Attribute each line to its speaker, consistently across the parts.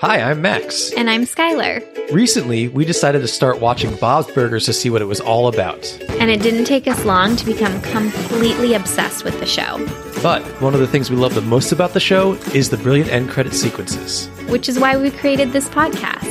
Speaker 1: Hi, I'm Max.
Speaker 2: And I'm Skylar.
Speaker 1: Recently, we decided to start watching Bob's Burgers to see what it was all about.
Speaker 2: And it didn't take us long to become completely obsessed with the show,
Speaker 1: But one of the things we love the most about the show is the brilliant end credit sequences.
Speaker 2: which is why we created this podcast.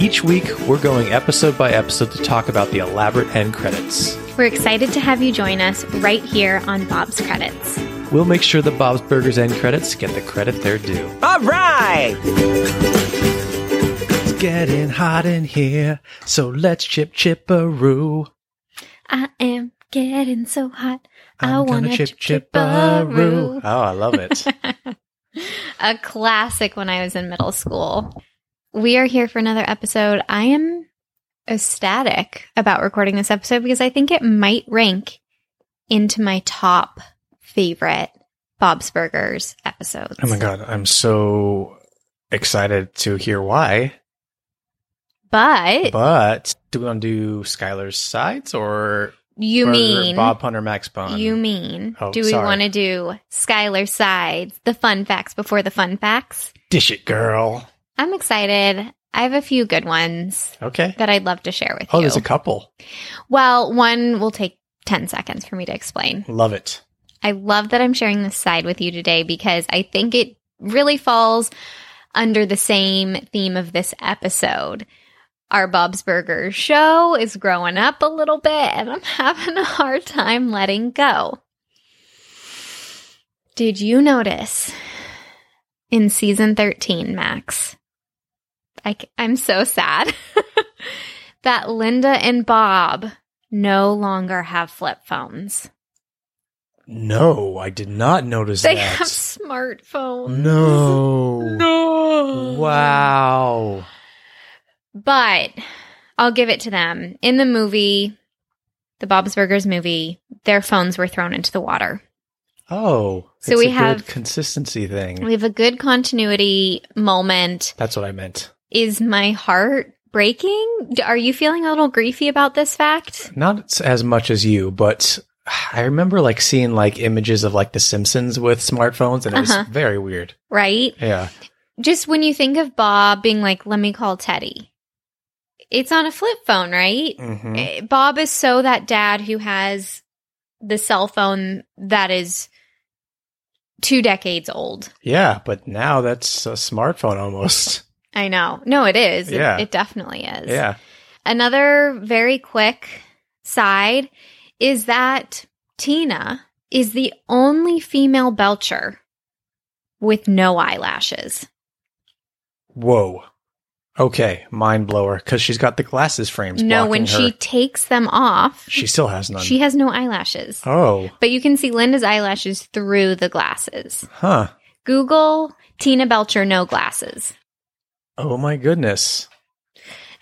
Speaker 1: Each week, we're going episode by episode to talk about the elaborate end credits.
Speaker 2: We're excited to have you join us right here on Bob's Credits.
Speaker 1: We'll make sure that Bob's Burgers end credits get the credit they're due.
Speaker 3: All right.
Speaker 1: It's getting hot in here, so let's chip chipperoo.
Speaker 2: I am getting so hot. I
Speaker 1: I'm
Speaker 2: want
Speaker 1: gonna
Speaker 2: to chip
Speaker 1: chipperoo. Oh,
Speaker 2: chipperoo.
Speaker 1: I love it.
Speaker 2: A classic when I was in middle school. We are here for another episode. I am ecstatic about recording this episode because I think it might rank into my top favorite Bob's Burgers episodes.
Speaker 4: Oh my god, I'm so excited to hear why.
Speaker 2: But
Speaker 4: But do we want to do Skylar's sides or
Speaker 2: you
Speaker 4: or
Speaker 2: mean
Speaker 4: Bob Hunter Max Pun?
Speaker 2: you mean
Speaker 4: Oh,
Speaker 2: do we
Speaker 4: sorry.
Speaker 2: want to do Skylar sides, the fun facts before the fun facts?
Speaker 4: dish it, girl.
Speaker 2: I'm excited. I have a few good ones
Speaker 4: Okay.
Speaker 2: that I'd love to share with
Speaker 4: Oh,
Speaker 2: you.
Speaker 4: there's a couple.
Speaker 2: well, one will take 10 seconds for me to explain.
Speaker 4: Love it.
Speaker 2: I love that I'm sharing this side with you today because I think it really falls under the same theme of this episode. Our Bob's Burgers show is growing up a little bit, and I'm having a hard time letting go. Did you notice in season 13, Max? I, am so sad that Linda and Bob no longer have flip phones.
Speaker 4: No, I did not notice
Speaker 2: They
Speaker 4: that.
Speaker 2: have smartphones.
Speaker 4: no.
Speaker 2: No.
Speaker 4: Wow.
Speaker 2: But I'll give it to them. In the movie, the Bob's Burgers movie, their phones were thrown into the water.
Speaker 4: Oh.
Speaker 2: So
Speaker 4: it's
Speaker 2: we
Speaker 4: a good
Speaker 2: have-
Speaker 4: consistency thing.
Speaker 2: We have a good continuity moment.
Speaker 4: That's what I meant.
Speaker 2: Is my heart breaking? D- Are you feeling a little griefy about this fact?
Speaker 4: Not as much as you, but I remember like seeing like images of like the Simpsons with smartphones and it
Speaker 2: Uh-huh.
Speaker 4: was very weird.
Speaker 2: Right?
Speaker 4: Yeah.
Speaker 2: Just when you think of Bob being like, let me call Teddy, it's on a flip phone, right?
Speaker 4: Mm-hmm.
Speaker 2: Eh, Bob is so that dad who has the cell phone that is two decades old.
Speaker 4: Yeah, but now that's a smartphone almost.
Speaker 2: I know. No, it is. It-
Speaker 4: Yeah.
Speaker 2: It, definitely is.
Speaker 4: Yeah.
Speaker 2: Another very quick side is that Tina is the only female belcher with no eyelashes.
Speaker 4: Whoa. Okay, mind blower. Because she's got the glasses frames.
Speaker 2: no,
Speaker 4: blocking
Speaker 2: when
Speaker 4: her.
Speaker 2: she takes them off,
Speaker 4: she still has none.
Speaker 2: she has no eyelashes.
Speaker 4: oh,
Speaker 2: But you can see Linda's eyelashes through the glasses.
Speaker 4: huh.
Speaker 2: Google Tina Belcher no glasses.
Speaker 4: Oh my goodness.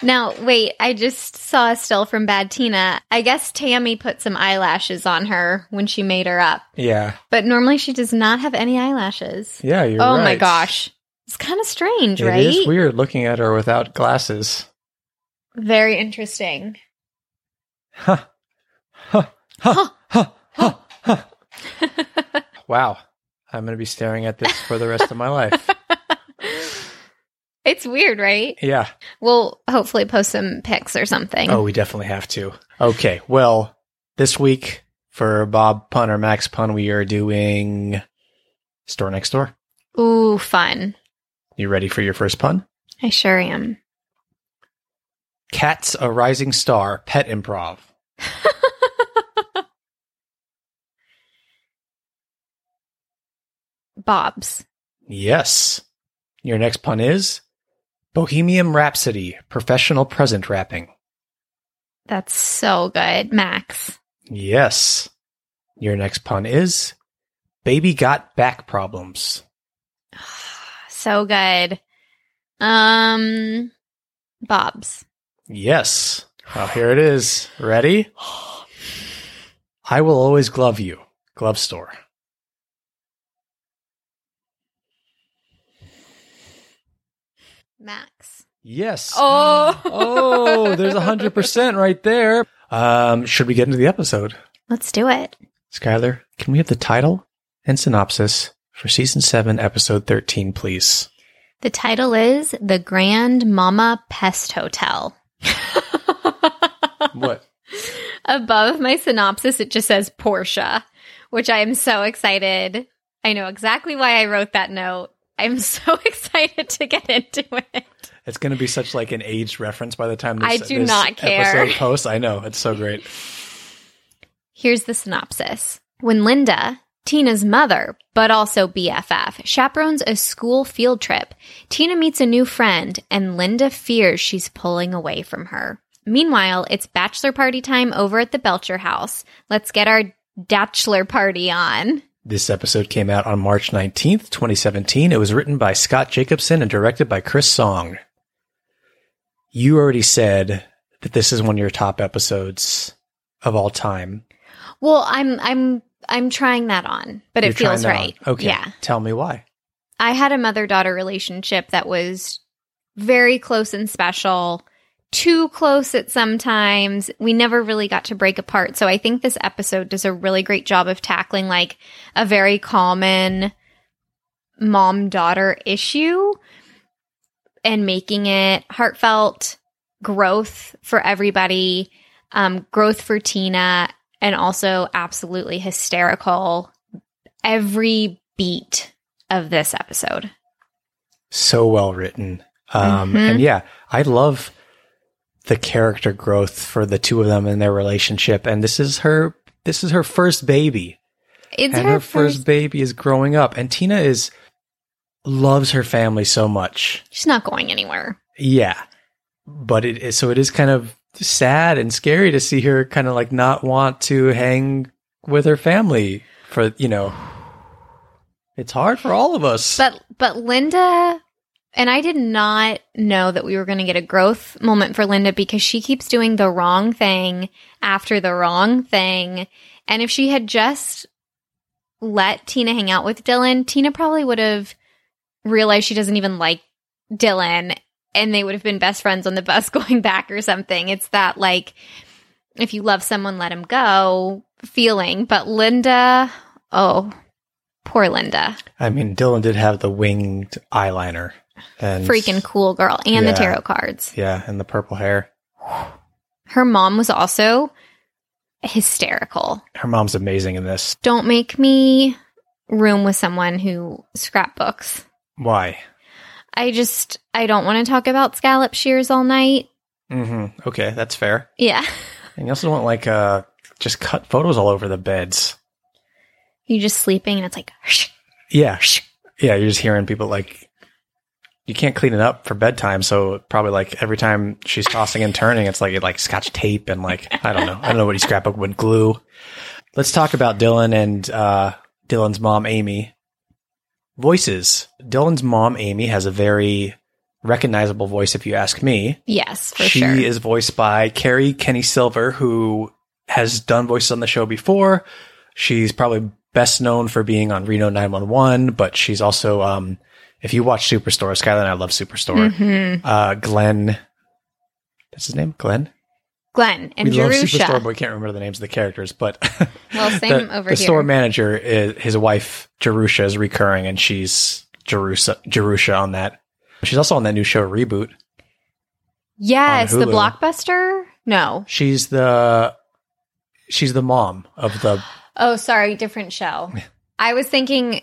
Speaker 2: Now, wait, I just saw a still from Bad Tina. I guess Tammy put some eyelashes on her when she made her up,
Speaker 4: Yeah.
Speaker 2: but normally she does not have any eyelashes.
Speaker 4: Yeah. You're.
Speaker 2: oh my
Speaker 4: right.
Speaker 2: gosh. It's kind of strange,
Speaker 4: It is
Speaker 2: right?
Speaker 4: weird looking at her without glasses.
Speaker 2: Very interesting.
Speaker 4: Huh. Huh. Huh. Huh. Huh. Huh. Wow. I'm gonna be staring at this for the rest of my life.
Speaker 2: It's weird, right?
Speaker 4: Yeah.
Speaker 2: We'll hopefully post some pics or something.
Speaker 4: Oh, we definitely have to. Okay. Well, this week for Bob Pun or Max Pun, we are doing Store Next Door.
Speaker 2: Ooh, fun.
Speaker 4: You ready for your first pun?
Speaker 2: I sure am.
Speaker 4: Cats a rising star, pet improv.
Speaker 2: Bob's.
Speaker 4: Yes. Your next pun is Bohemian Rhapsody, professional present wrapping.
Speaker 2: That's so good. Max.
Speaker 4: Yes. Your next pun is Baby got back problems.
Speaker 2: So good. Um Bob's.
Speaker 4: Yes. Well, here it is. Ready? I will always glove you. Glove store.
Speaker 2: Max.
Speaker 4: Yes.
Speaker 2: Oh.
Speaker 4: oh, there's a hundred percent right there. Um, should we get into the episode?
Speaker 2: Let's do it.
Speaker 4: Skylar, can we have the title and synopsis for season seven, episode thirteen, please?
Speaker 2: The title is The Grand Mama Pest Hotel.
Speaker 4: What?
Speaker 2: Above my synopsis, it just says Portia, which I am so excited. I know exactly why I wrote that note. I'm so excited to get into it.
Speaker 4: It's going to be such like an aged reference by the time this,
Speaker 2: I do
Speaker 4: this
Speaker 2: not care.
Speaker 4: episode posts. I know it's so great.
Speaker 2: Here's the synopsis. When Linda, Tina's mother, but also BFF, chaperones a school field trip, Tina meets a new friend and Linda fears she's pulling away from her. Meanwhile, it's bachelor party time over at the Belcher house. Let's get our bachelor party on.
Speaker 4: This episode came out on March 19th, 2017. It was written by Scott Jacobson and directed by Chris Song. You already said that this is one of your top episodes of all time.
Speaker 2: Well, I'm I'm I'm trying that on, but
Speaker 4: You're
Speaker 2: it
Speaker 4: trying
Speaker 2: feels
Speaker 4: that
Speaker 2: right.
Speaker 4: on. Okay.
Speaker 2: Yeah.
Speaker 4: Tell me why.
Speaker 2: I had a mother daughter relationship that was very close and special, too close at some times. We never really got to break apart. So I think this episode does a really great job of tackling like a very common mom daughter issue and making it heartfelt growth for everybody, um, growth for Tina, and also absolutely hysterical every beat of this episode.
Speaker 4: So well written. Um,
Speaker 2: Mhm.
Speaker 4: And yeah, I love the character growth for the two of them and their relationship. And this is her. This is her first baby.
Speaker 2: It's
Speaker 4: and her, first, baby is growing up and tina is loves her family so much
Speaker 2: She's not going anywhere.
Speaker 4: yeah but it is so it is kind of sad and scary to see her kind of like not want to hang with her family for you know it's hard for all of us
Speaker 2: But but Linda and I did not know that we were going to get a growth moment for Linda because she keeps doing the wrong thing after the wrong thing. And if she had just let Tina hang out with Dylan, Tina probably would have realized she doesn't even like Dylan and they would have been best friends on the bus going back or something. It's that like if you love someone let him go feeling, but Linda, oh, poor Linda.
Speaker 4: i mean dylan did have the winged eyeliner and
Speaker 2: freaking cool girl and
Speaker 4: Yeah.
Speaker 2: the tarot cards.
Speaker 4: yeah and the purple hair
Speaker 2: Her mom was also hysterical.
Speaker 4: her mom's amazing in this
Speaker 2: Don't make me room with someone who scrapbooks.
Speaker 4: why
Speaker 2: I just I don't want to talk about scallop shears all night.
Speaker 4: hmm okay that's fair
Speaker 2: Yeah.
Speaker 4: and you also don't like uh just cut photos all over the beds
Speaker 2: You're just sleeping and it's like
Speaker 4: Yeah. Yeah, you're just hearing people like you can't clean it up for bedtime, so probably like every time she's tossing and turning, it's like like scotch tape and like I don't know. I don't know what he scrapbook with glue. Let's talk about Dylan and uh Dylan's mom Amy. Voices. Dylan's mom Amy has a very recognizable voice if you ask me
Speaker 2: yes, for
Speaker 4: she
Speaker 2: sure.
Speaker 4: is voiced by Carrie Kenny Silver, who has done voices on the show before. She's probably best known for being on Reno 911, but she's also, um, if you watch Superstore, Skylar and I love Superstore.
Speaker 2: Mhm.
Speaker 4: Uh, Glenn, that's his name, Glenn.
Speaker 2: Glenn and
Speaker 4: we love Superstore, but
Speaker 2: Jerusha.
Speaker 4: we can't remember the names of the characters. But
Speaker 2: Well, same
Speaker 4: the,
Speaker 2: over
Speaker 4: the
Speaker 2: here.
Speaker 4: store manager, is, his wife Jerusha, is recurring, and she's Jerusha, Jerusha on that. She's also on that new show reboot.
Speaker 2: Yes,
Speaker 4: on
Speaker 2: the
Speaker 4: Hulu.
Speaker 2: blockbuster? No.
Speaker 4: She's the she's the mom of the
Speaker 2: Oh, sorry, different show. I was thinking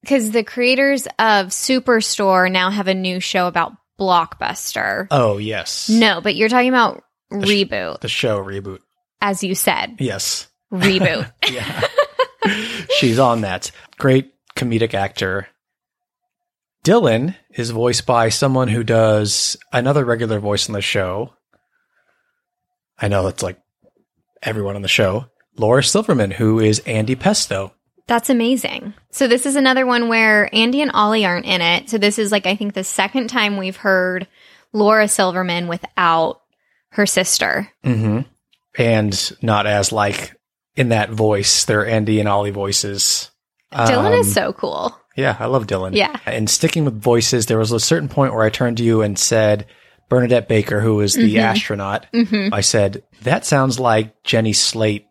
Speaker 2: because the creators of Superstore now have a new show about Blockbuster.
Speaker 4: Oh yes.
Speaker 2: No, but you're talking about
Speaker 4: sh-
Speaker 2: reboot,
Speaker 4: The show reboot.
Speaker 2: as you said,
Speaker 4: Yes.
Speaker 2: reboot.
Speaker 4: Yeah. She's on that. Great comedic actor. Dylan is voiced by someone who does another regular voice on the show. I know it's like everyone on the show. Laura Silverman, who is Andy Pesto.
Speaker 2: That's amazing. So this is another one where Andy and Ollie aren't in it. So this is like I think the second time we've heard Laura Silverman without her sister.
Speaker 4: Mm-hmm. And not as like in that voice, their Andy and Ollie voices.
Speaker 2: Dylan is
Speaker 4: Um,
Speaker 2: so cool.
Speaker 4: Yeah, I love Dylan.
Speaker 2: Yeah.
Speaker 4: And sticking with voices, there was a certain point where I turned to you and said, Bernadette Baker, who is the
Speaker 2: Mhm.
Speaker 4: astronaut,
Speaker 2: hmm
Speaker 4: I said, that sounds like Jenny Slate,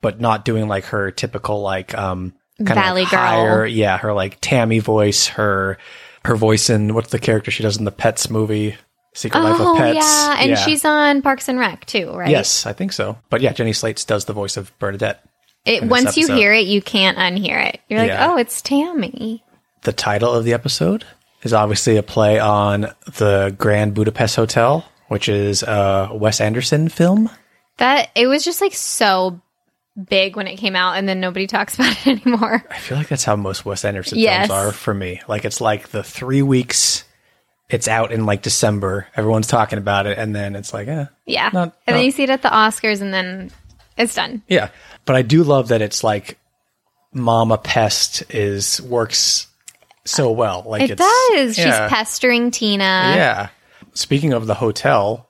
Speaker 4: but not doing like her typical, like, um, kind of
Speaker 2: Valley girl.
Speaker 4: higher, yeah, her like Tammy voice, her, her voice in what's the character she does in the Pets movie, Secret Life of
Speaker 2: Oh
Speaker 4: Pets.
Speaker 2: yeah, and she's on Parks and Rec too, right?
Speaker 4: Yes, I think so. But yeah, Jenny Slate does the voice of Bernadette.
Speaker 2: It,
Speaker 4: in this
Speaker 2: once you
Speaker 4: episode.
Speaker 2: hear it, you can't unhear it. You're like,
Speaker 4: Yeah.
Speaker 2: oh, it's Tammy.
Speaker 4: The title of the episode is obviously a play on the Grand Budapest Hotel, which is a Wes Anderson film.
Speaker 2: That it was just like so big when it came out, and then nobody talks about it anymore.
Speaker 4: I feel like that's how most Wes Anderson
Speaker 2: Yes.
Speaker 4: films are for me. Like it's like the three weeks it's out in like December, everyone's talking about it, and then it's like, eh.
Speaker 2: Yeah,
Speaker 4: Not-
Speaker 2: and
Speaker 4: not-
Speaker 2: then you see it at the Oscars, and then it's done.
Speaker 4: Yeah. But I do love that it's like Mama Pest is works so well. Like
Speaker 2: it
Speaker 4: it's,
Speaker 2: does.
Speaker 4: yeah.
Speaker 2: She's pestering Tina.
Speaker 4: yeah. Speaking of the hotel,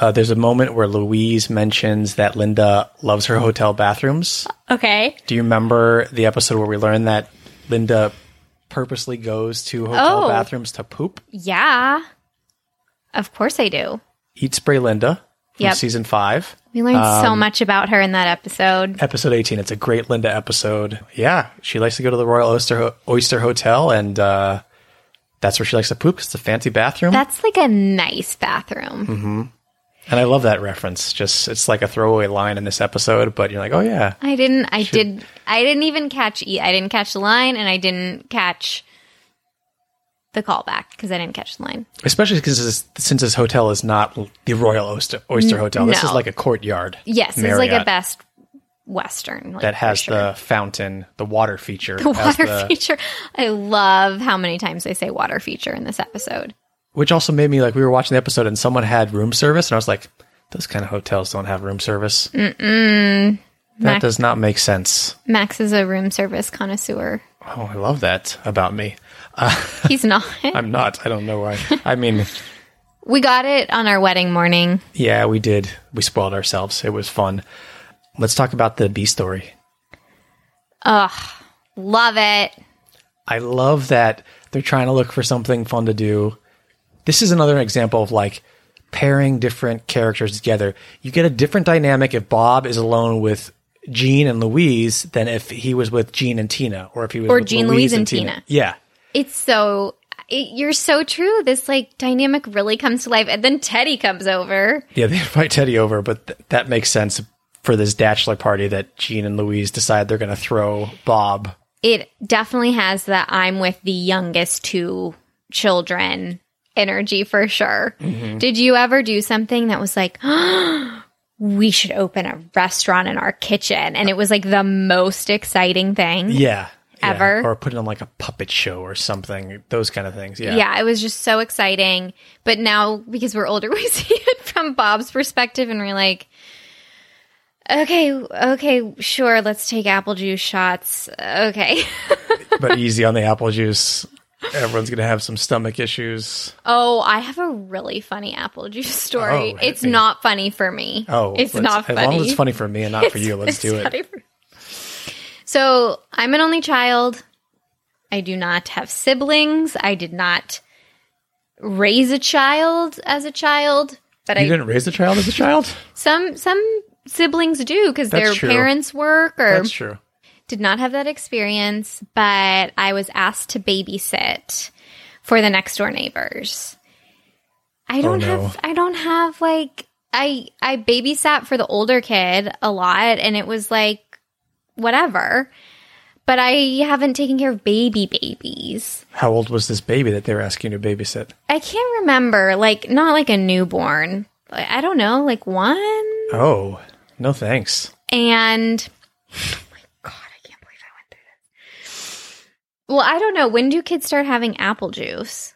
Speaker 4: uh, there's a moment where Louise mentions that Linda loves her hotel bathrooms.
Speaker 2: Okay.
Speaker 4: Do you remember the episode where we learned that Linda purposely goes to hotel
Speaker 2: Oh.
Speaker 4: bathrooms to poop?
Speaker 2: Yeah. Of course I do.
Speaker 4: Eat Spray Linda from
Speaker 2: Yep.
Speaker 4: season five,
Speaker 2: We learned so
Speaker 4: Um,
Speaker 2: much about her in that episode.
Speaker 4: episode 18. It's a great Linda episode. Yeah, she likes to go to the Royal Oyster, Oyster Hotel, and uh, that's where she likes to poop 'cause it's a fancy bathroom.
Speaker 2: That's like a nice bathroom.
Speaker 4: and I love that reference. Just it's like a throwaway line in this episode, but you're like, oh yeah,
Speaker 2: I didn't. I did. I didn't even catch. E- I didn't catch the line, and I didn't catch the callback because I didn't catch the line.
Speaker 4: especially because this, since this hotel is not l- the Royal Oyster, Oyster Hotel. This
Speaker 2: no.
Speaker 4: is like a courtyard.
Speaker 2: Yes, it's like a
Speaker 4: Marriott
Speaker 2: best Western like,
Speaker 4: that
Speaker 2: for
Speaker 4: has
Speaker 2: sure.
Speaker 4: the fountain, the water feature,
Speaker 2: The
Speaker 4: as
Speaker 2: water
Speaker 4: the-
Speaker 2: feature. I love how many times they say water feature in this episode.
Speaker 4: which also made me like we were watching the episode and someone had room service, and I was like, those kind of hotels don't have room service. That
Speaker 2: Mac-
Speaker 4: does not make sense.
Speaker 2: Max is a room service connoisseur.
Speaker 4: Oh, I love that about me.
Speaker 2: He's not.
Speaker 4: I'm not. I don't know why. I mean,
Speaker 2: we got it on our wedding morning.
Speaker 4: yeah, we did. We spoiled ourselves. It was fun. Let's talk about the B story.
Speaker 2: Love it.
Speaker 4: I love that they're trying to look for something fun to do. This is another example of like pairing different characters together. You get a different dynamic if Bob is alone with Gene and Louise than if he was with Gene and Tina, or if he was
Speaker 2: Or
Speaker 4: with
Speaker 2: Gene, Louise, and Tina.
Speaker 4: Yeah,
Speaker 2: It's so. It, you're so true. This like dynamic really comes to life, and then Teddy comes over.
Speaker 4: yeah, they invite Teddy over, but th- that makes sense for this bachelor party that Gene and Louise decide they're going to throw Bob.
Speaker 2: it definitely has that I'm with the youngest two children energy for sure. Did you ever do something that was like, we should open a restaurant in our kitchen? And it was like the most exciting thing.
Speaker 4: Yeah. yeah.
Speaker 2: Ever.
Speaker 4: or put it on like a puppet show or something, those kind of things. Yeah,
Speaker 2: Yeah. it was just so exciting. But now, because we're older, we see it from Bob's perspective, and we're like, okay, okay, sure, let's take apple juice shots. Okay.
Speaker 4: but easy on the apple juice. Everyone's gonna have some stomach issues.
Speaker 2: Oh, I have a really funny apple juice story.
Speaker 4: Oh, hit
Speaker 2: it's
Speaker 4: me.
Speaker 2: not funny for me.
Speaker 4: Oh,
Speaker 2: it's
Speaker 4: let's-
Speaker 2: not funny.
Speaker 4: As long as it's funny for me and not for
Speaker 2: It's-
Speaker 4: you, let's
Speaker 2: it's
Speaker 4: do it.
Speaker 2: funny for- So I'm an only child. I do not have siblings. I did not raise a child as a child, but
Speaker 4: You
Speaker 2: I
Speaker 4: didn't raise a child as a child.
Speaker 2: some some siblings do because
Speaker 4: That's
Speaker 2: their
Speaker 4: true.
Speaker 2: parents work or
Speaker 4: That's true.
Speaker 2: did not have that experience, but I was asked to babysit for the next door neighbors. I don't
Speaker 4: no.
Speaker 2: have I don't have like I I babysat for the older kid a lot and it was like whatever. but I haven't taken care of baby babies.
Speaker 4: How old was this baby that they were asking you to babysit?
Speaker 2: I can't remember, like, not like a newborn. Like, I don't know, like one?
Speaker 4: Oh, no thanks.
Speaker 2: And oh my god, I can't believe I went through this. Well, I don't know. When do kids start having apple juice?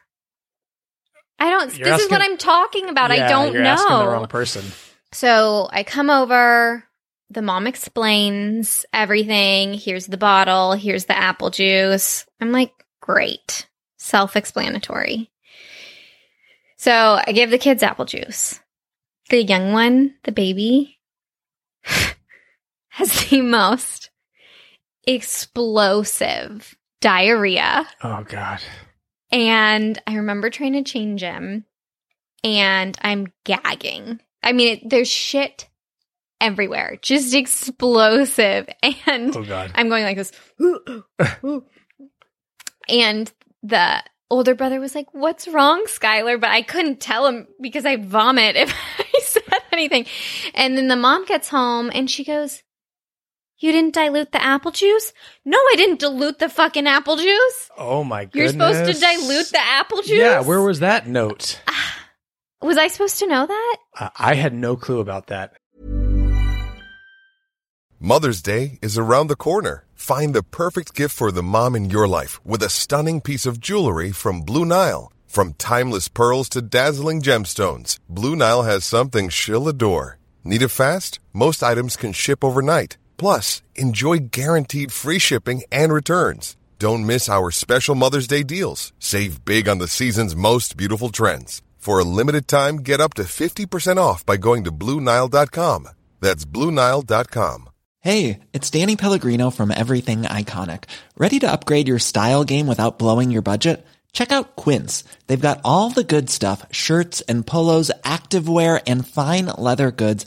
Speaker 2: I don't.
Speaker 4: You're
Speaker 2: this is
Speaker 4: asking-
Speaker 2: what I'm talking about. I
Speaker 4: Yeah,
Speaker 2: don't
Speaker 4: you're
Speaker 2: know.
Speaker 4: asking the wrong person.
Speaker 2: So I come over. The mom explains everything. Here's the bottle. Here's the apple juice. I'm like, great. Self explanatory. So I give the kids apple juice. The young one, the baby, has the most explosive diarrhea.
Speaker 4: Oh God.
Speaker 2: And I remember trying to change him, and I'm gagging. I mean, it, there's shit everywhere, just explosive. And
Speaker 4: Oh God.
Speaker 2: I'm going like this. "Ooh, ooh, ooh." and the older brother was like, What's wrong, Skylar? But I couldn't tell him because I'd vomit if I said anything. And then the mom gets home and she goes, You didn't dilute the apple juice? No, I didn't dilute the fucking apple juice.
Speaker 4: Oh my
Speaker 2: You're
Speaker 4: goodness.
Speaker 2: supposed to dilute the apple juice?
Speaker 4: Yeah. Where was that note?
Speaker 2: Was I supposed to know that?
Speaker 4: Uh, I had no clue about that.
Speaker 3: Mother's Day is around the corner. Find the perfect gift for the mom in your life with a stunning piece of jewelry from Blue Nile. From timeless pearls to dazzling gemstones, Blue Nile has something she'll adore. Need it fast? Most items can ship overnight. Plus, enjoy guaranteed free shipping and returns. Don't miss our special Mother's Day deals. Save big on the season's most beautiful trends. For a limited time, get up to 50% off by going to BlueNile.com. That's BlueNile.com.
Speaker 5: Hey, it's Danny Pellegrino from Everything Iconic. Ready to upgrade your style game without blowing your budget? Check out Quince. They've got all the good stuff, shirts and polos, activewear and fine leather goods,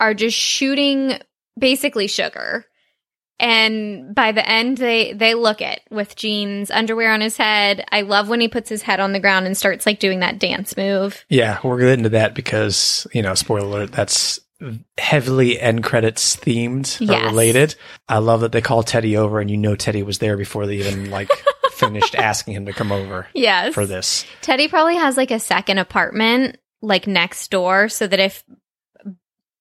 Speaker 2: are just shooting basically sugar. And by the end they they look it with Jean's underwear on his head. I love when he puts his head on the ground and starts like doing that dance move.
Speaker 4: Yeah, we're going into that because you know, spoiler alert. That's heavily end credits themed or
Speaker 2: Yes.
Speaker 4: related. I love that they call Teddy over, and you know Teddy was there before they even like finished asking him to come over
Speaker 2: Yes.
Speaker 4: for this.
Speaker 2: Teddy probably has like a second apartment like next door so that if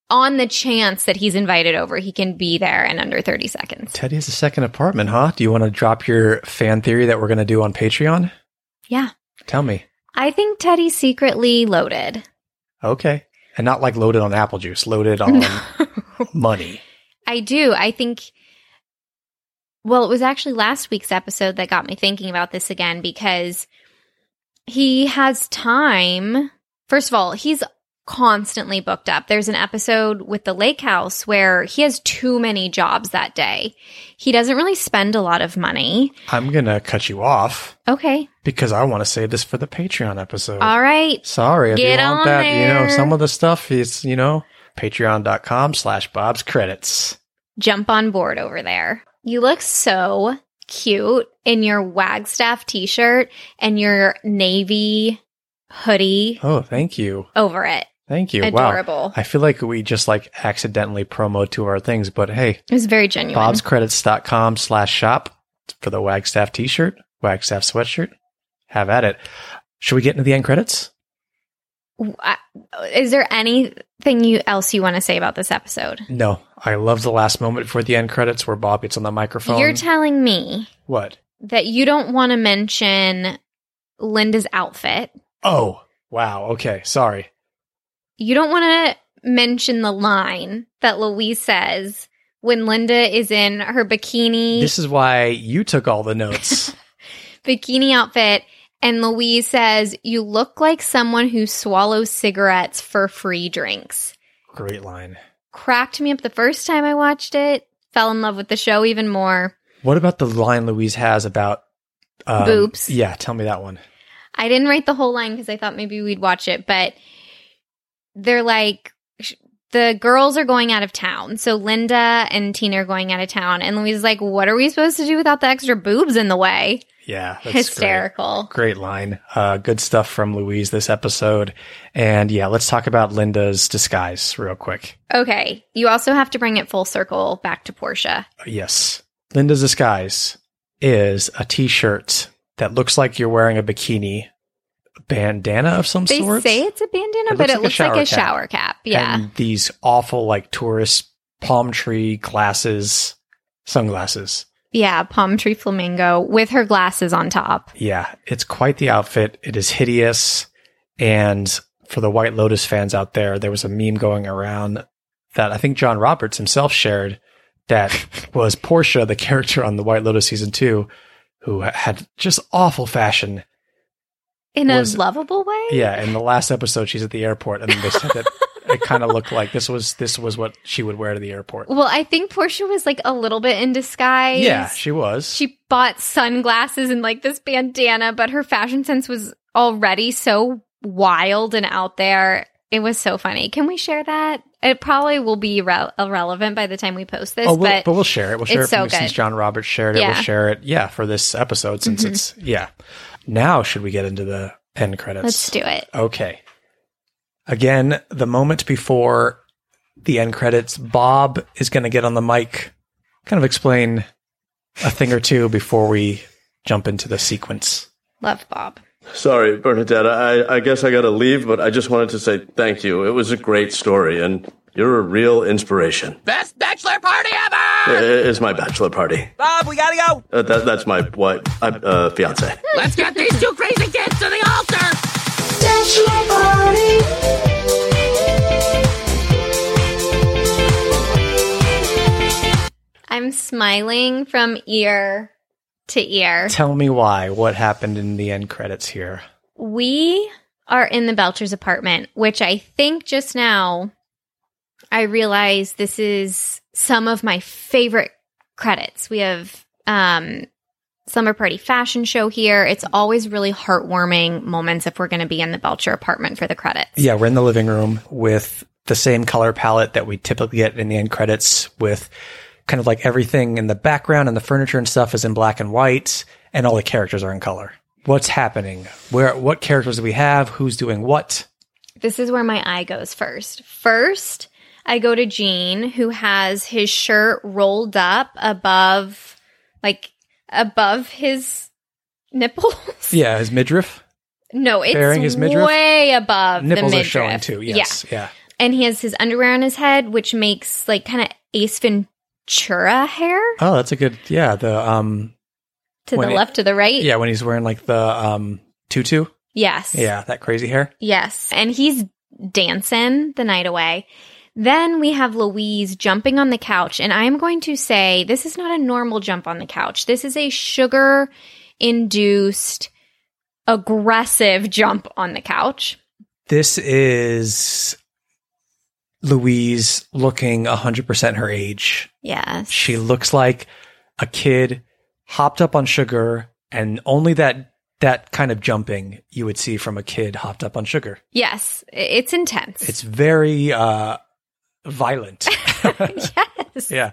Speaker 2: on the chance that he's invited over, he can be there in under 30 seconds.
Speaker 4: Teddy has a second apartment, huh? Do you want to drop your fan theory that we're going to do on Patreon?
Speaker 2: Yeah.
Speaker 4: Tell me.
Speaker 2: I think Teddy's secretly loaded.
Speaker 4: Okay, and not like loaded on apple juice, loaded on money.
Speaker 2: I do. I think. Well, it was actually last week's episode that got me thinking about this again because he has time. First of all, he's constantly booked up. There's an episode with the lake house where he has too many jobs that day. He doesn't really spend a lot of money.
Speaker 4: I'm gonna cut you off
Speaker 2: Okay.
Speaker 4: because I want to save this for the Patreon episode.
Speaker 2: All right.
Speaker 4: Sorry if
Speaker 2: Get
Speaker 4: you want
Speaker 2: on
Speaker 4: that. You know,
Speaker 2: there.
Speaker 4: some of the stuff is, you know, patreon.com slash Bob's credits.
Speaker 2: jump on board over there. You look so cute in your Wagstaff t shirt and your navy hoodie
Speaker 4: Oh, thank you.
Speaker 2: over it.
Speaker 4: Thank you. Wow.
Speaker 2: Adorable.
Speaker 4: I feel like we just like accidentally promo two of our things, but hey,
Speaker 2: It was very genuine.
Speaker 4: bobscredits.com slash shop for the Wagstaff t shirt, Wagstaff sweatshirt. Have at it. Should we get into the end credits?
Speaker 2: I- Is there anything you else you want to say about this episode?
Speaker 4: No. I love the last moment before the end credits where Bob gets on the microphone.
Speaker 2: You're telling me
Speaker 4: what?
Speaker 2: that you don't want to mention Linda's outfit.
Speaker 4: Oh, wow. Okay. Sorry.
Speaker 2: You don't want to mention the line that Louise says when Linda is in her bikini.
Speaker 4: This is why you took all the notes.
Speaker 2: bikini outfit. And Louise says, You look like someone who swallows cigarettes for free drinks.
Speaker 4: Great line.
Speaker 2: Cracked me up the first time I watched it, fell in love with the show even more.
Speaker 4: What about the line Louise has about um,
Speaker 2: Boobs.
Speaker 4: Yeah, tell me that one.
Speaker 2: I didn't write the whole line because I thought maybe we'd watch it, but they're like, sh- the girls are going out of town. So Linda and Tina are going out of town. And Louise is like, What are we supposed to do without the extra boobs in the way?
Speaker 4: Yeah, that's
Speaker 2: Hysterical.
Speaker 4: Great, great line. Uh, good stuff from Louise this episode. And yeah, let's talk about Linda's disguise real quick.
Speaker 2: Okay. You also have to bring it full circle back to Portia.
Speaker 4: Uh, Yes, Linda's disguise is a T-shirt that looks like you're wearing a bikini, bandana of some
Speaker 2: They
Speaker 4: sort.
Speaker 2: say it's a bandana,
Speaker 4: It
Speaker 2: but
Speaker 4: looks
Speaker 2: it looks like a shower cap. Yeah.
Speaker 4: and these awful like tourist palm tree glasses, sunglasses.
Speaker 2: yeah. Palm tree flamingo with her glasses on top.
Speaker 4: Yeah, it's quite the outfit. It is hideous. And for the White Lotus fans out there, there was a meme going around that I think John Roberts himself shared that was Portia, the character on the White Lotus season two, who had just awful fashion.
Speaker 2: In a
Speaker 4: Was-
Speaker 2: lovable way?
Speaker 4: Yeah, in the last episode, she's at the airport, and they said that it kind of looked like this was this was what she would wear to the airport.
Speaker 2: Well, I think Portia was like a little bit in disguise.
Speaker 4: Yeah, she was.
Speaker 2: She bought sunglasses and like this bandana, but her fashion sense was already so wild and out there. It was so funny. Can we share that? It probably will be re- irrelevant by the time we post this,
Speaker 4: oh, we'll,
Speaker 2: but,
Speaker 4: but, we'll share it. We'll share it
Speaker 2: it's so
Speaker 4: from- since
Speaker 2: good.
Speaker 4: John Roberts shared it.
Speaker 2: Yeah. Mm-hmm.
Speaker 4: We'll share it. Yeah, for this episode since it's yeah. Now should we get into the end credits?
Speaker 2: let's do it.
Speaker 4: Okay. Again, the moment before the end credits, Bob is going to get on the mic, kind of explain a thing or two before we jump into the sequence.
Speaker 2: Love Bob.
Speaker 6: Sorry, Bernadette. I, I guess I got to leave, but I just wanted to say thank you. It was a great story, and you're a real inspiration.
Speaker 7: Best bachelor party ever!
Speaker 6: I- It's my bachelor party.
Speaker 7: Bob, we gotta go!
Speaker 6: Uh, that, that's my wife, uh, uh, fiance.
Speaker 7: Let's get these two crazy kids to the altar!
Speaker 2: I'm smiling from ear to ear.
Speaker 4: Tell me why. What happened in the end credits here?
Speaker 2: We are in the Belcher's apartment, which I think just now I realize this is some of my favorite credits. We have um Summer Party Fashion Show here. It's always really heartwarming moments if we're going to be in the Belcher apartment for the credits.
Speaker 4: Yeah, we're in the living room with the same color palette that we typically get in the end credits with kind of like everything in the background and the furniture and stuff is in black and white and all the characters are in color. What's happening? Where what characters do we have? Who's doing what?
Speaker 2: This is where my eye goes first. First, I go to Gene, who has his shirt rolled up above, like above his nipples.
Speaker 4: Yeah, his midriff.
Speaker 2: No, it's
Speaker 4: Bearing his midriff?
Speaker 2: way above
Speaker 4: Nipples
Speaker 2: the
Speaker 4: are
Speaker 2: midriff.
Speaker 4: showing too. Yes.
Speaker 2: Yeah.
Speaker 4: Yeah.
Speaker 2: And he has his underwear on his head, which makes like kind of Ace Ventura hair
Speaker 4: Oh, that's a good yeah, the um
Speaker 2: to
Speaker 4: When
Speaker 2: the
Speaker 4: it-
Speaker 2: left, to the right.
Speaker 4: yeah, when he's wearing like the um tutu.
Speaker 2: Yes.
Speaker 4: Yeah, that crazy hair.
Speaker 2: Yes. And he's dancing the night away. Then we have Louise jumping on the couch. And I'm going to say this is not a normal jump on the couch. This is a sugar induced, aggressive jump on the couch.
Speaker 4: This is Louise looking 100% her age.
Speaker 2: Yes.
Speaker 4: She looks like a kid hopped up on sugar and only that that kind of jumping you would see from a kid hopped up on sugar.
Speaker 2: Yes, i- it's intense.
Speaker 4: It's very uh violent.
Speaker 2: yes.
Speaker 4: yeah.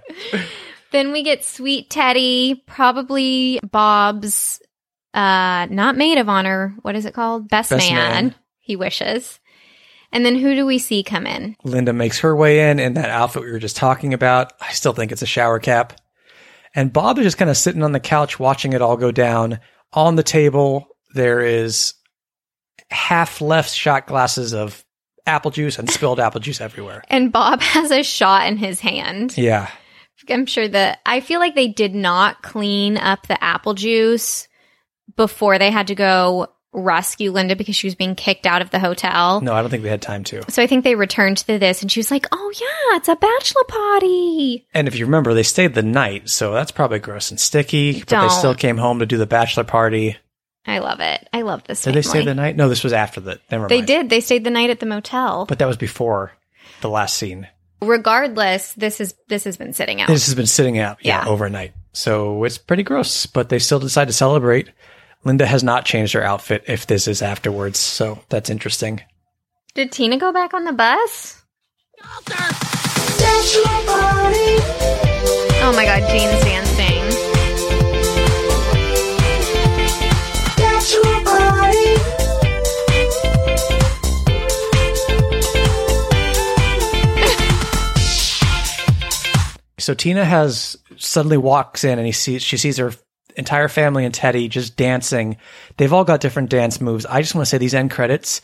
Speaker 2: Then we get Sweet Teddy, probably Bob's, uh, not maid of honor. What is it called? Best,
Speaker 4: Best
Speaker 2: man,
Speaker 4: man.
Speaker 2: He wishes. And then who do we see come in?
Speaker 4: Linda makes her way in in that outfit we were just talking about. I still think it's a shower cap. And Bob is just kind of sitting on the couch watching it all go down. On the table, there is half left shot glasses of apple juice and spilled apple juice everywhere.
Speaker 2: And Bob has a shot in his hand.
Speaker 4: Yeah.
Speaker 2: I'm sure that I feel like they did not clean up the apple juice before they had to go rescue Linda because she was being kicked out of the hotel.
Speaker 4: No, I don't think they had time to.
Speaker 2: So I think they returned to this and she was like, oh, yeah, it's a bachelor party.
Speaker 4: And if you remember, they stayed the night, so that's probably gross and sticky, but they
Speaker 2: Don't.
Speaker 4: still came home to do the bachelor party.
Speaker 2: I love it. I love this.
Speaker 4: Did they stay
Speaker 2: family.
Speaker 4: the night? No, this was after the. Never
Speaker 2: They
Speaker 4: mind.
Speaker 2: did. They stayed the night at the motel.
Speaker 4: But that was before the last scene.
Speaker 2: Regardless, this is this has been sitting out.
Speaker 4: This has been sitting out, yeah,
Speaker 2: Yeah.
Speaker 4: overnight. So it's pretty gross, but they still decide to celebrate. Linda has not changed her outfit if this is afterwards, so that's interesting.
Speaker 2: Did Tina go back on the bus? Oh my god, Jane's dancing.
Speaker 4: So Tina has suddenly walks in and he sees she sees her entire family and Teddy just dancing. They've all got different dance moves. I just want to say these end credits,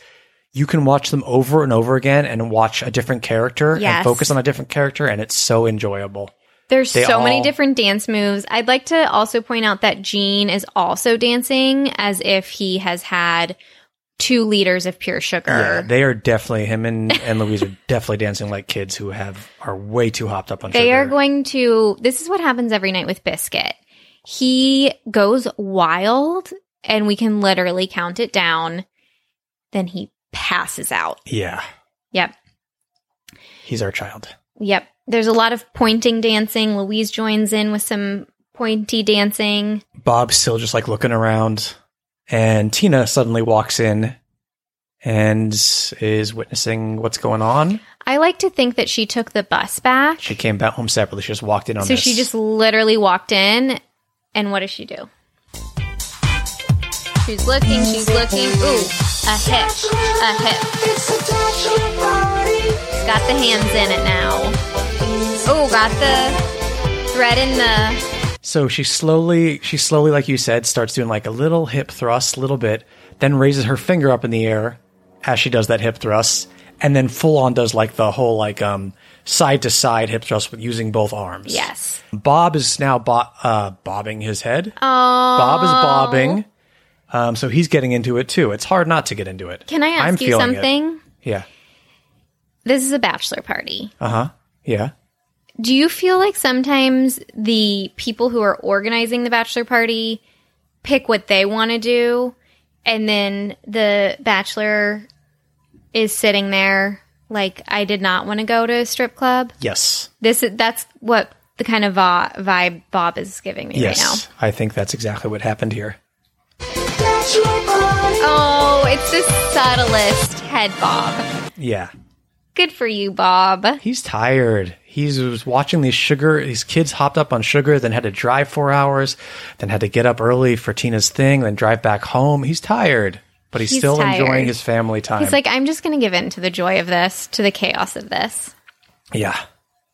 Speaker 4: you can watch them over and over again and watch a different character and
Speaker 2: Yes.
Speaker 4: focus on a different character and it's so enjoyable.
Speaker 2: There's
Speaker 4: They
Speaker 2: so many
Speaker 4: all-
Speaker 2: different dance moves. I'd like to also point out that Gene is also dancing as if he has had two liters of pure sugar.
Speaker 4: Yeah, they are definitely him and, and Louise are definitely dancing like kids who have are way too hopped up on
Speaker 2: They
Speaker 4: sugar.
Speaker 2: are going to. This is what happens every night with Biscuit. He goes wild, and we can literally count it down. Then he passes out.
Speaker 4: yeah,
Speaker 2: Yep.
Speaker 4: he's our child.
Speaker 2: Yep. There's a lot of pointing dancing. Louise joins in with some pointy dancing.
Speaker 4: Bob's still just like looking around, and Tina suddenly walks in and is witnessing what's going on.
Speaker 2: I like to think that she took the bus back.
Speaker 4: She came back home separately. She just walked in on
Speaker 2: So
Speaker 4: this.
Speaker 2: she just literally walked in. And what does she do? She's looking, she's looking. Ooh, a hip, a hip. Got the hands in it now. Oh, got the thread in the.
Speaker 4: so she slowly she slowly like you said starts doing like a little hip thrust, little bit, then raises her finger up in the air as she does that hip thrust, and then full on does like the whole like um side to side hip thrust with using both arms.
Speaker 2: Yes.
Speaker 4: Bob is now bo- uh, bobbing his head.
Speaker 2: Oh. Bob
Speaker 4: Bob is bobbing. Um, so he's getting into it too. It's hard not to get into it.
Speaker 2: Can I ask
Speaker 4: I'm
Speaker 2: you
Speaker 4: feeling it.
Speaker 2: something?
Speaker 4: Yeah.
Speaker 2: This is a bachelor party.
Speaker 4: Uh huh. Yeah.
Speaker 2: Do you feel like sometimes the people who are organizing the bachelor party pick what they want to do and then the bachelor is sitting there like I did not want to go to a strip club?
Speaker 4: Yes.
Speaker 2: This is, that's what the kind of va- vibe Bob is giving me right
Speaker 4: Yes.
Speaker 2: now.
Speaker 4: I think that's exactly what happened here.
Speaker 2: Oh, it's the subtlest head bob.
Speaker 4: Yeah.
Speaker 2: Good for you, Bob.
Speaker 4: He's tired. He's was watching these sugar. These kids hopped up on sugar, then had to drive four hours, then had to get up early for Tina's thing, then drive back home. He's tired, but he's,
Speaker 2: He's
Speaker 4: still enjoying
Speaker 2: tired.
Speaker 4: his family time.
Speaker 2: He's like, I'm just going to give in to the joy of this, to the chaos of this.
Speaker 4: yeah.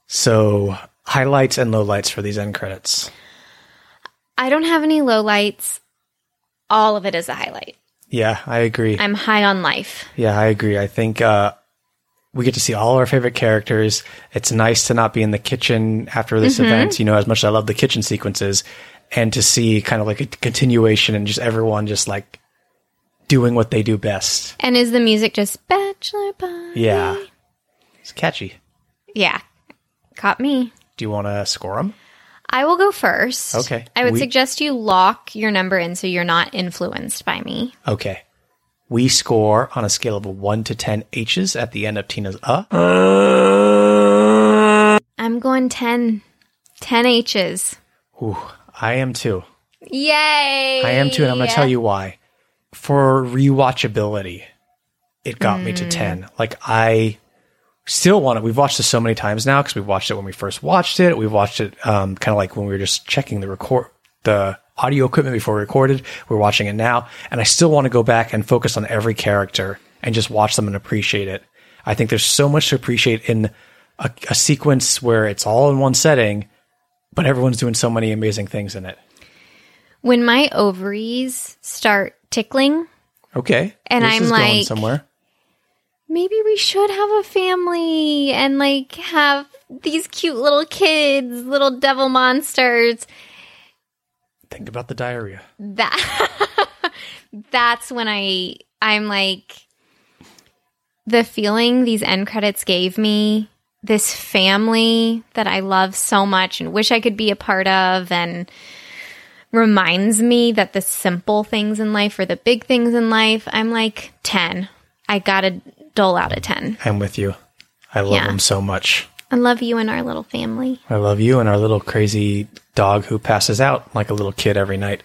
Speaker 4: So highlights and lowlights for these end credits.
Speaker 2: I don't have any lowlights. All of it is a highlight.
Speaker 4: Yeah, I agree.
Speaker 2: I'm high on life.
Speaker 4: Yeah, I agree. I think uh, we get to see all our favorite characters. It's nice to not be in the kitchen after this
Speaker 2: Mhm.
Speaker 4: event, you know, as much as I love the kitchen sequences, and to see kind of like a continuation and just everyone just like doing what they do best.
Speaker 2: And is the music just bachelor party?
Speaker 4: Yeah. It's catchy.
Speaker 2: Yeah. Caught me.
Speaker 4: Do you want to score them?
Speaker 2: I will go first.
Speaker 4: Okay.
Speaker 2: I would
Speaker 4: We-
Speaker 2: suggest you lock your number in so you're not influenced by me.
Speaker 4: Okay. We score on a scale of 1 to 10 H's at the end of Tina's uh.
Speaker 2: I'm going 10. 10 H's.
Speaker 4: Ooh, I am too.
Speaker 2: Yay. I
Speaker 4: I am too, and I'm going to tell you why. For rewatchability, it got me to 10. Like, I still want it. We've watched this so many times now because we watched it when we first watched it. We've watched it um, kind of like when we were just checking the record, the audio equipment before we recorded. We're watching it now, and I still want to go back and focus on every character and just watch them and appreciate it. I think there's so much to appreciate in a, a sequence where it's all in one setting, but everyone's doing so many amazing things in it.
Speaker 2: When my ovaries start tickling,
Speaker 4: Okay,
Speaker 2: And I'm
Speaker 4: is going
Speaker 2: like-
Speaker 4: somewhere.
Speaker 2: maybe we should have a family and like have these cute little kids, little devil monsters.
Speaker 4: Think about the diarrhea.
Speaker 2: That that's when I I'm like the feeling these end credits gave me, this family that I love so much and wish I could be a part of and reminds me that the simple things in life or the big things in life, I'm like 10. I got to dole out a 10.
Speaker 4: I'm with you. I love
Speaker 2: Yeah.
Speaker 4: them so much.
Speaker 2: I love you and our little family.
Speaker 4: I love you and our little crazy dog who passes out like a little kid every night.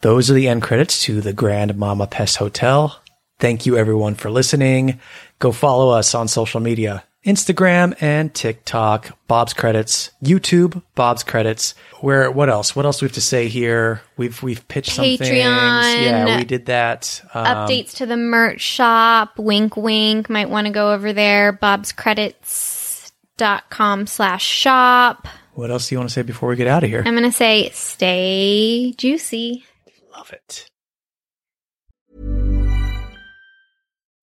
Speaker 4: Those are the end credits to the Grand Mama Pest Hotel. Thank you everyone for listening. Go follow us on social media. Instagram and TikTok, Bob's Credits, YouTube, Bob's Credits. Where what else? What else do we have to say here? We've we've pitched some things.
Speaker 2: Patreon.
Speaker 4: Yeah, we did that. Um,
Speaker 2: Updates to the merch shop. Wink, wink. Might want to go over there. Bob's Credits dot com slash shop.
Speaker 4: What else do you want to say before we get out of here?
Speaker 2: I'm gonna say stay juicy.
Speaker 4: Love it.